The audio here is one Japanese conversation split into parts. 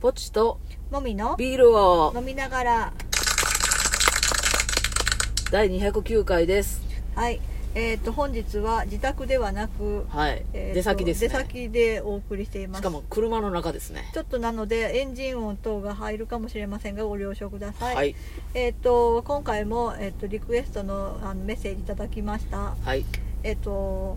ポチともみのビールを飲みながら第209回ですはいえっ、と本日は自宅ではなく、はい、えーと出先ですね出先でお送りしていますしかも車の中ですねちょっとなのでエンジン音等が入るかもしれませんがご了承くださ、はいいはい、えっ、と今回も、えー、とリクエストのあのメッセージいただきましたえっ、と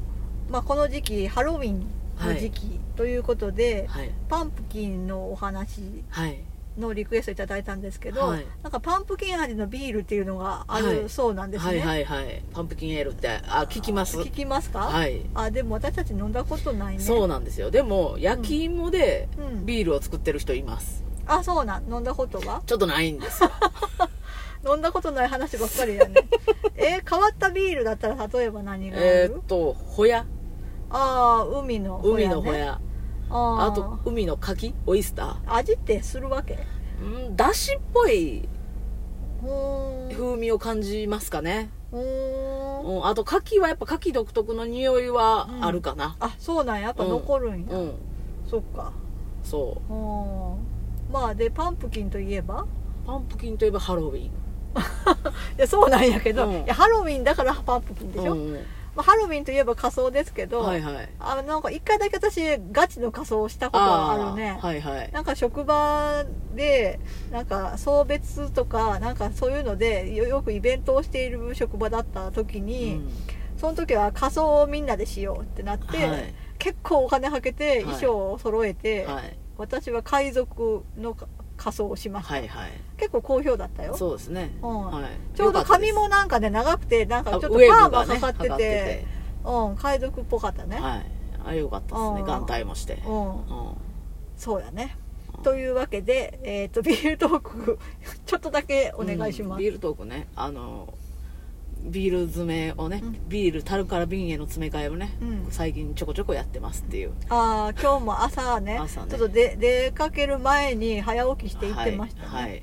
まあこの時期ハロウィンの時期ということで、はいパンプキンのお話はいのリクエストいただいたんですけど、はいなんかパンプキン味のビールっていうのがはあいるそうなんですね、はいはいはいパンプキンエールってあ聞きます聞きますか、はいあでも私たち飲んだことないねそうなんですよでも焼き芋でうんビールを作ってる人いますあそうなん飲んだことはちょっとないん ですよ飲んだことない話ばっか りやねえー変わったビールだったら例えば何があえるー、っとホヤああ海のホ海ヤね、のホヤ、ああーと海の牡蠣オイスタ味ってするわけーうんだしっぽいうーんう風味を感じますかね、ーんうん、あと牡蠣はやっぱ牡蠣独特の匂いはあるかなあそうなんややっぱ残るんや、うん、そっかそううーんまあでパンプキンといえばパンプキンといえばハロウィンいやそうなんやけど、うんいやハロウィンだからパンプキンでしょ、うんうんまあ、ハロウィンといえば仮装ですけど、はいはいあなんか一回だけ私ガチの仮装をしたことがあるね、ーはいはいなんか職場でなんか送別とかなんかそういうのでよよくイベントをしている職場だった時に、うんその時は仮装をみんなでしようってなって、はい結構お金はけてい衣装を揃えて、はい私は海賊のか仮装をしました、はいはい結構好評だったよそうですね、うんはい、ちょうど髪もよなんかね長くてなんかちょかっったとでパすあウェーーブがマねかかってて,、かってうん海賊っぽかったね、てはいあれよかったですうねん眼帯もしてう、んうんそうやね。というわけで、えっ、と、ビールトーク、 ちょっとだけお願いしまうんす。ビールトークねあのビール詰めをね、うんビール樽から瓶への詰め替えをね、うん最近ちょこちょこやってますっていうああ、今日も朝ね、朝ねちょっとで出かける前に早起きして行ってましたはい、はね。い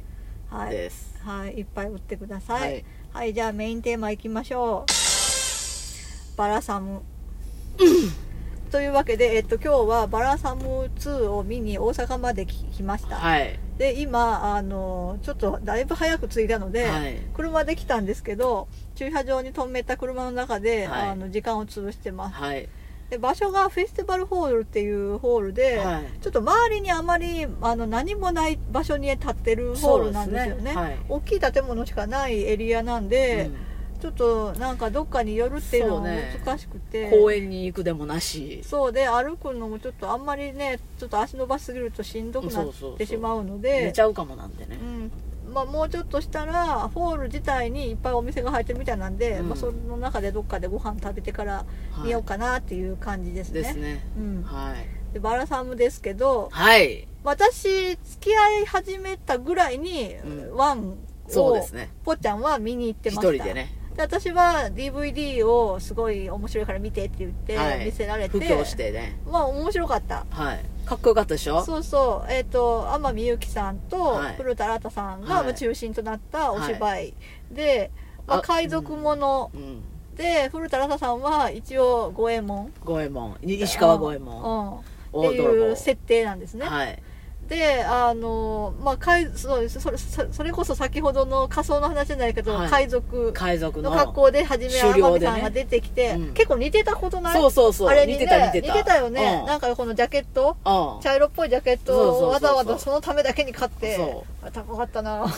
はい。はいですい、っぱい売ってください。ははいい、じゃあメインテーマいきましょう。バラサム。というわけで、えっと、今日はバラサム2を見に大阪まで来来ました。はいで、今、あの、ちょっとだいぶ早く着いたので、はい車で来たんですけど駐車場に止めた車の中で、はいあの時間を潰してますはいで場所がフェスティバルホールっていうホールで、はいちょっと周りにあまりあの何もない場所に立ってるホールなんですよそねうですねはい大きい建物しかないエリアなんうで、んちょっとなんかどっかに寄るっていうのそうがね難しくて公園に行くでもなしそうで歩くのもちょっとあんまりねちょっと足伸ばしすぎるとしんどくなそうそうっそうてしまうの寝でちゃうかもなんでねうんまあ、もうちょっとしたらホール自体にいっぱいお店が入ってるみたいなんで、うんまあ、その中でどっかでご飯食べてからはい見ようかなっていう感じですね。ですねうん、はいでバラサムですけどはい私付き合い始めたぐらいに、うんワンそうをですねぽっちゃんは見に行って一ました人でねで私は DVD をすごい面白いから見てって言ってはい見せられて、布教してねまあ面白かったはいかっこよかったでしょそうそう、えっ、と、天海祐希さんとはい古田新太さんがはいまあ中心となったお芝居で、まあ、あ海賊ものうんで、古田新太さんは一応五右衛門。五右衛門に石川五右衛門うん。うん。っ大て泥い棒う設定なんですね。はいで、あの、まあ、海、そうですそれ、そそれこそ先ほどの仮想の話じゃないけど、はい海賊海賊のの格好で初め狩天猟海でねさんが出てきて、うん結構似てたことないそうそうそうあれに、似ね、てた似てた似てたよね。うんなんかこのジャケットうん茶色っぽいジャケッそうトそうそうそをうわざわざそのためだけに買ってそ高かっ たなうう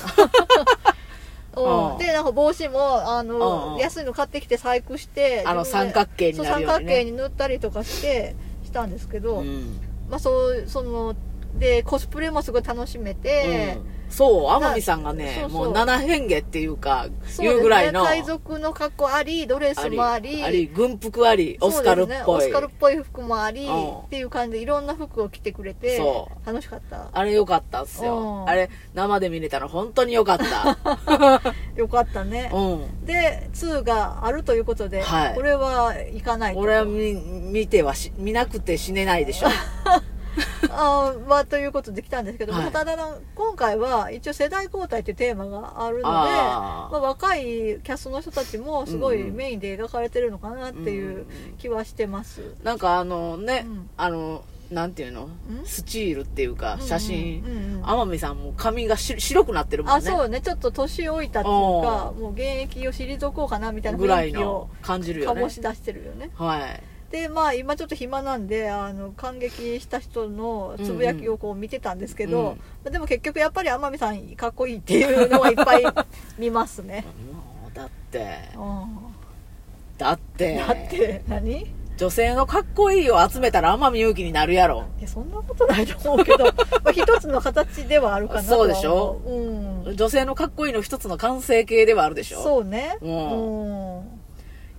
んんでなんか帽子もあうんうのん安いの買ってきて細工してあの自分で三角形になるよそうう三に角ね形に塗ったりとかしてしたんですけど、うんまあそうそのでコスプレもすごい楽しめて、うんそう天海さんがそねうそうもう七変化っていうかそうですいうぐらいの海賊の格好ありドレスもありあり軍服ありオスカルっそうぽですねオいスカルっぽい服もありうんっていう感じでいろんな服を着てくれてそ楽しかったあれ良かったっすうんよあれ生で見れたの本当に良かった よかったねうんで2があるということで、はいこれは行かないと俺は見見てはし見なくて死ねないでしょあーまあということで来たんですけど、はいまあただの今回は一応世代交代というテーマがあるのであまあ、若いキャストの人たちもすごいうんうんメインで描かれてるのかなっていう気はしてます、ーなんかあのね、うんあのなんていうのんスチールっていうか写真、うんうんうんうんうん天海さんも髪がし白くなってるもんあねそうねちょっと年老いたっていうかもう現役を退こうかなみたいなぐら雰囲い気をの感じるよね醸し出してるよねはいでまあ今ちょっと暇なんであの感激した人のつぶやきをこう見てたんですうけんうん、ど、でも結局やっぱり天海さんかっこいいっていうのはいっぱい見ますね もうだってうんだってだって何い女性のかっこいいを集めたら天海祐希になるやろやそんなことないと思 うけどまあ一つの形ではあるかなとはそ思うでしょうん女性のかっこいいの一つの完成形ではあるでしょそうねうんうん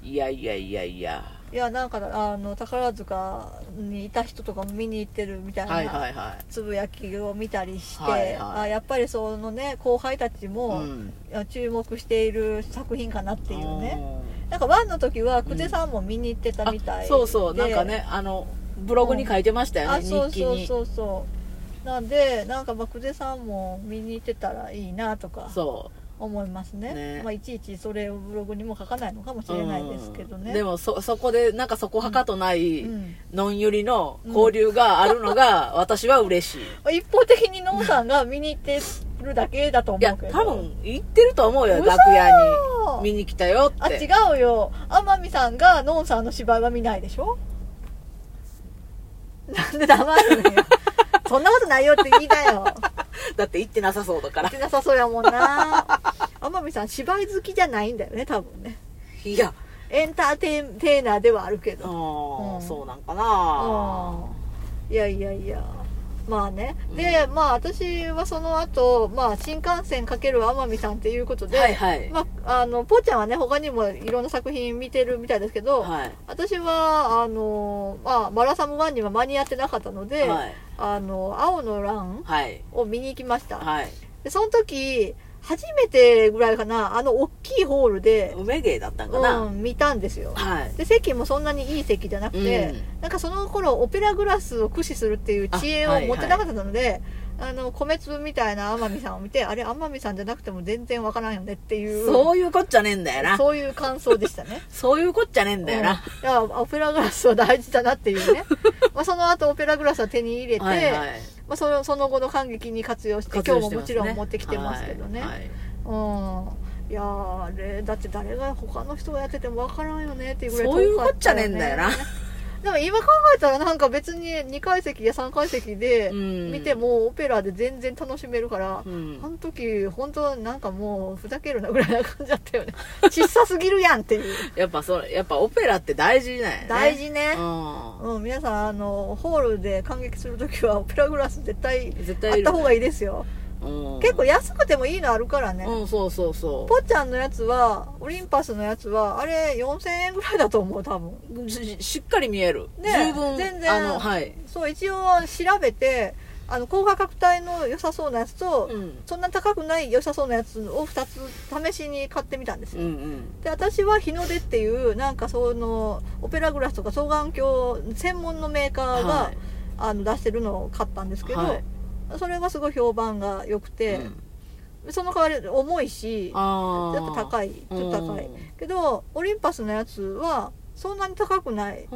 いやいやいやいやいやなんかあの宝塚にいた人とかも見に行ってるみたいな、はいはいはいつぶやきを見たりして、はいはいあやっぱりそのね後輩たちうもんあ注目している作品かなっていうね、うんなんかワンの時は久手さんも見に行ってたみたいあで、そうそうなんかねあのブログに書いてましたよあねそう日記そうにそうそうなんでなんかまあ久手さんも見に行ってたらいいなとかそ思いますねねまあ、いちいちそれをブログにも書かないのかもしうれないですけどうねんでもそそこでなんかそこはかとないうんのんゆりの交流があるのが私は嬉しい一方的にノンさんが見に行ってるだけだと思いやうけど多分行ってると思うよ嘘楽屋に見に来たよっあて違うよ天海さんがノンさんの芝居は見ないでしょなんで黙るの よそんなことないよって言いたよだって行ってなさそうだか言らってなさそうやもんな天海さん芝居好きじゃないんだよね多分ねいやエンターテイテイナーではあるけうどんうんそうなんかなうんいやいやいやまあねで、まあ私はその後、まあ新幹線かける天海さんっていうことで、はいはいまあ、あの、ぽーちゃんはね、他にもいろんな作品見てるみたいですけど、はい私は、あの、まあ、マラサム1には間に合ってなかったので、はいあの、青の欄はいを見に行きました。はいで、その時、初めてぐらいかな、あの、大きいホールで、梅芸だったんかう、なん見たんですよ。はいで、席もそんなにいい席じゃなくて、なんかその頃、オペラグラスを駆使するっていう知恵あをはい持ってなかったので、あの、米粒みたいな天海さんを見て、あれ、天海さんじゃなくても全然わからんよねっていう。そういうこっちゃねえんだよな。そういう感想でしたねそういうこっちゃねえんだよなうんいや、オペラグラスは大事だなっ ていうね。まあ、その後オペラグラスは手に入れて、はいはいまあ、そのその後の感激に活用して活今用日しもてますもちねろん持ってきてますけどね。はいはいうん。いやーあれ、だって誰が他の人がやっててもわからんよねっていうぐらいそういう遠かこたっちゃねえんだよな。 でも今考えたらなんか別に2階席や3階席でうん見てもオペラで全然楽しめるからう、あんの時本当なんかもうふざけるなぐらいな感じだったよね。 小さすぎるやんっていう。やっぱそれやっぱオペラって大事なんやね大事ね、ううん、皆さんあのホールで観劇するときはオペラグラス絶対ん絶あ対った方がいいいですよるうん結構安くてもいいのあるからね、うんそうそうそぽっちゃんのやつはオリンパスのやつはあれ4000円ぐらいだと思う多分うししっかり見えるね十分全然あのはいそう一応調べてあの高価格帯の良さそうなやつと、うんそんな高くない良さそうなやつを2つ試しに買ってみたんですうよ、んうんで私は日の出っていうなんかそのオペラグラスとか双眼鏡専門のメーカーが、はいあの出してるのを買ったんですけど、はいそれはすごい評判が良くて、うんその代わり重いしやっあぱ高いいちょっと高いけどオリンパスのやつはそんなに高くない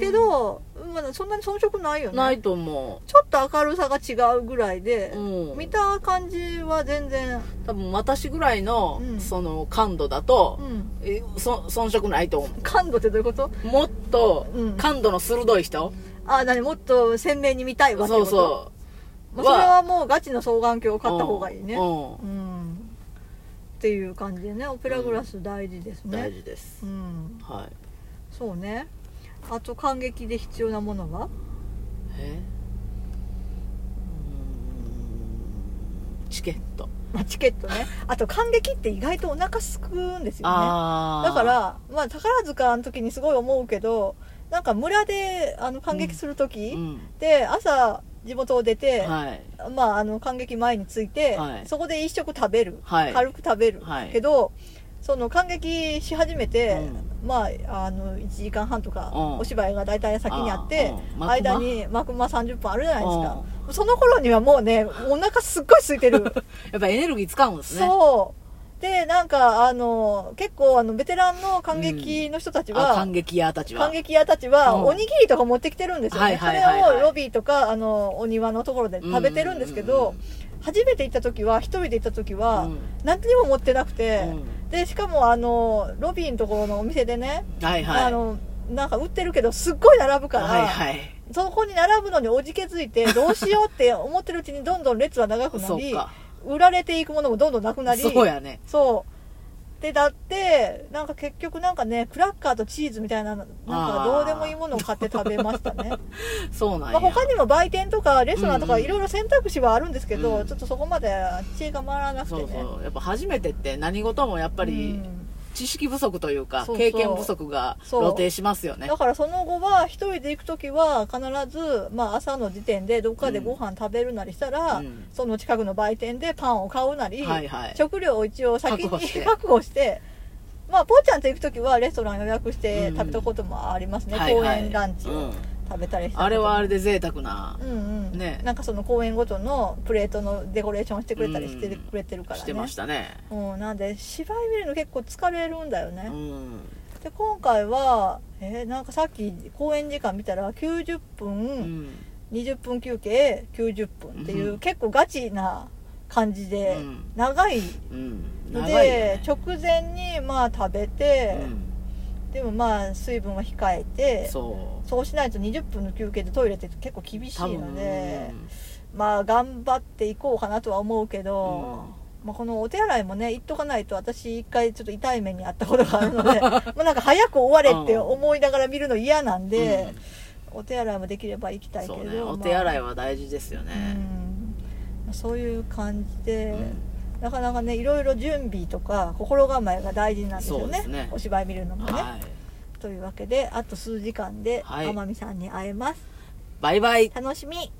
けど、まだそんなに遜色ないよねないと思ちょっと明るさが違うぐらいでう、、うん、見た感じは全然、多分私ぐらいの、うんその感度だとう、ん、えそ遜色ないと思感度ってどういうことうもっとうん感度の鋭い人、ああ何もっと鮮明に見たいわってこそと、うそうまあ、それはもうガチの双眼鏡を買った方がいいね、うんうんうんっていう感じでねオペラグラス大事です大ね、事です、うん、はいそうねあと感激で必要なものはえうーんチケット、まあチケットねあと感激って意外とお腹すくうんですよねああだからまあ宝塚の時にすごい思うけどなんか村であの感激するう時ん、で朝地元を出て、はいまあ、あの感激前に着いて、はいそこで一食食べる、はい軽く食べる、はいけどその感激し始めて、うまあ、あの1時間半とか、うんお芝居が大体先にあってあーうん幕間間に幕間30分あるじゃないですか、 その頃にはもうねお腹すっごい空いてるやっぱエネルギー使うんですねそうでなんかあの結構あのベテランの感激の人たちあは、感激屋たちは感激屋たちはうんおにぎりとか持ってきてるんですよはね、いはいはいはいそれをロビーとかあのお庭のところで食べてるんですけど、初めて行った時は一人で行った時うんは、うん何にも持ってなくうて、んでしかもあのロビーのところのお店でね、はいはいあのなんか売ってるけどすっごい並ぶから、はいはいそこに並ぶのにおじけづ いてどうしようって思ってるうちにどんどん列は長くなそうりか売られていくものもどんどんなくなりそうやねそうでだってなんか結局なんかねクラッカーとチーズみたいななんかあーどうでもいいものを買って食べましたねそうなんまやあ他にも売店とかレストランとうんかうんいろいろ選択肢はあるんですけど、うんちょっとそこまで知恵が回らなくてそねうそうやっぱ初めてって何事もやっぱうりん知識不足というか、そうそう経験不足がそう露呈しますよねだからその後は一人で行く時は必ず、まあ、朝の時点でどっかでご飯食べるなりしたら、うんその近くの売店でパンを買うなり、はいはい食料を一応先に確保して確保して。まあ、ぽーちゃんと行く時はレストラン予約して食べたこともありますね、はい公はい園ランチうをん食べたりしたこともあれはあれで贅沢なうんうんねなんかその公園ごとのプレートのデコレーションしてくれたりしてうんくれてるからねしてましたねうん、なんで芝居見るの結構疲れるんだよね、うんで今回はえーなんかさっき公演時間見たら90分、うん20分休憩90分っていうう、ん結構ガチな感じうで、ん長いうんの長でいよね直前にまあ食べて、でもまあ水分は控うえんてそうそしないと20分の休憩でトイレって結構厳うし多い分ので、まあ頑張っていこうかなとは思うけど、まあ、このお手洗いもね行っとかないと私一回ちょっと痛い目にあったことがある のでまあなんか早く終われって思いながら見るの嫌なんうんで、お手洗いもできれば行きたいけそど、うねおまあ手洗いは大事ですよねうんまあそういう感じで、うんなかなかねいろいろ準備とか心構えが大事なんですよそうねですねお芝居見るのもね、はいというわけであと数時間ではい天海さんに会えます、バイバイ楽しみ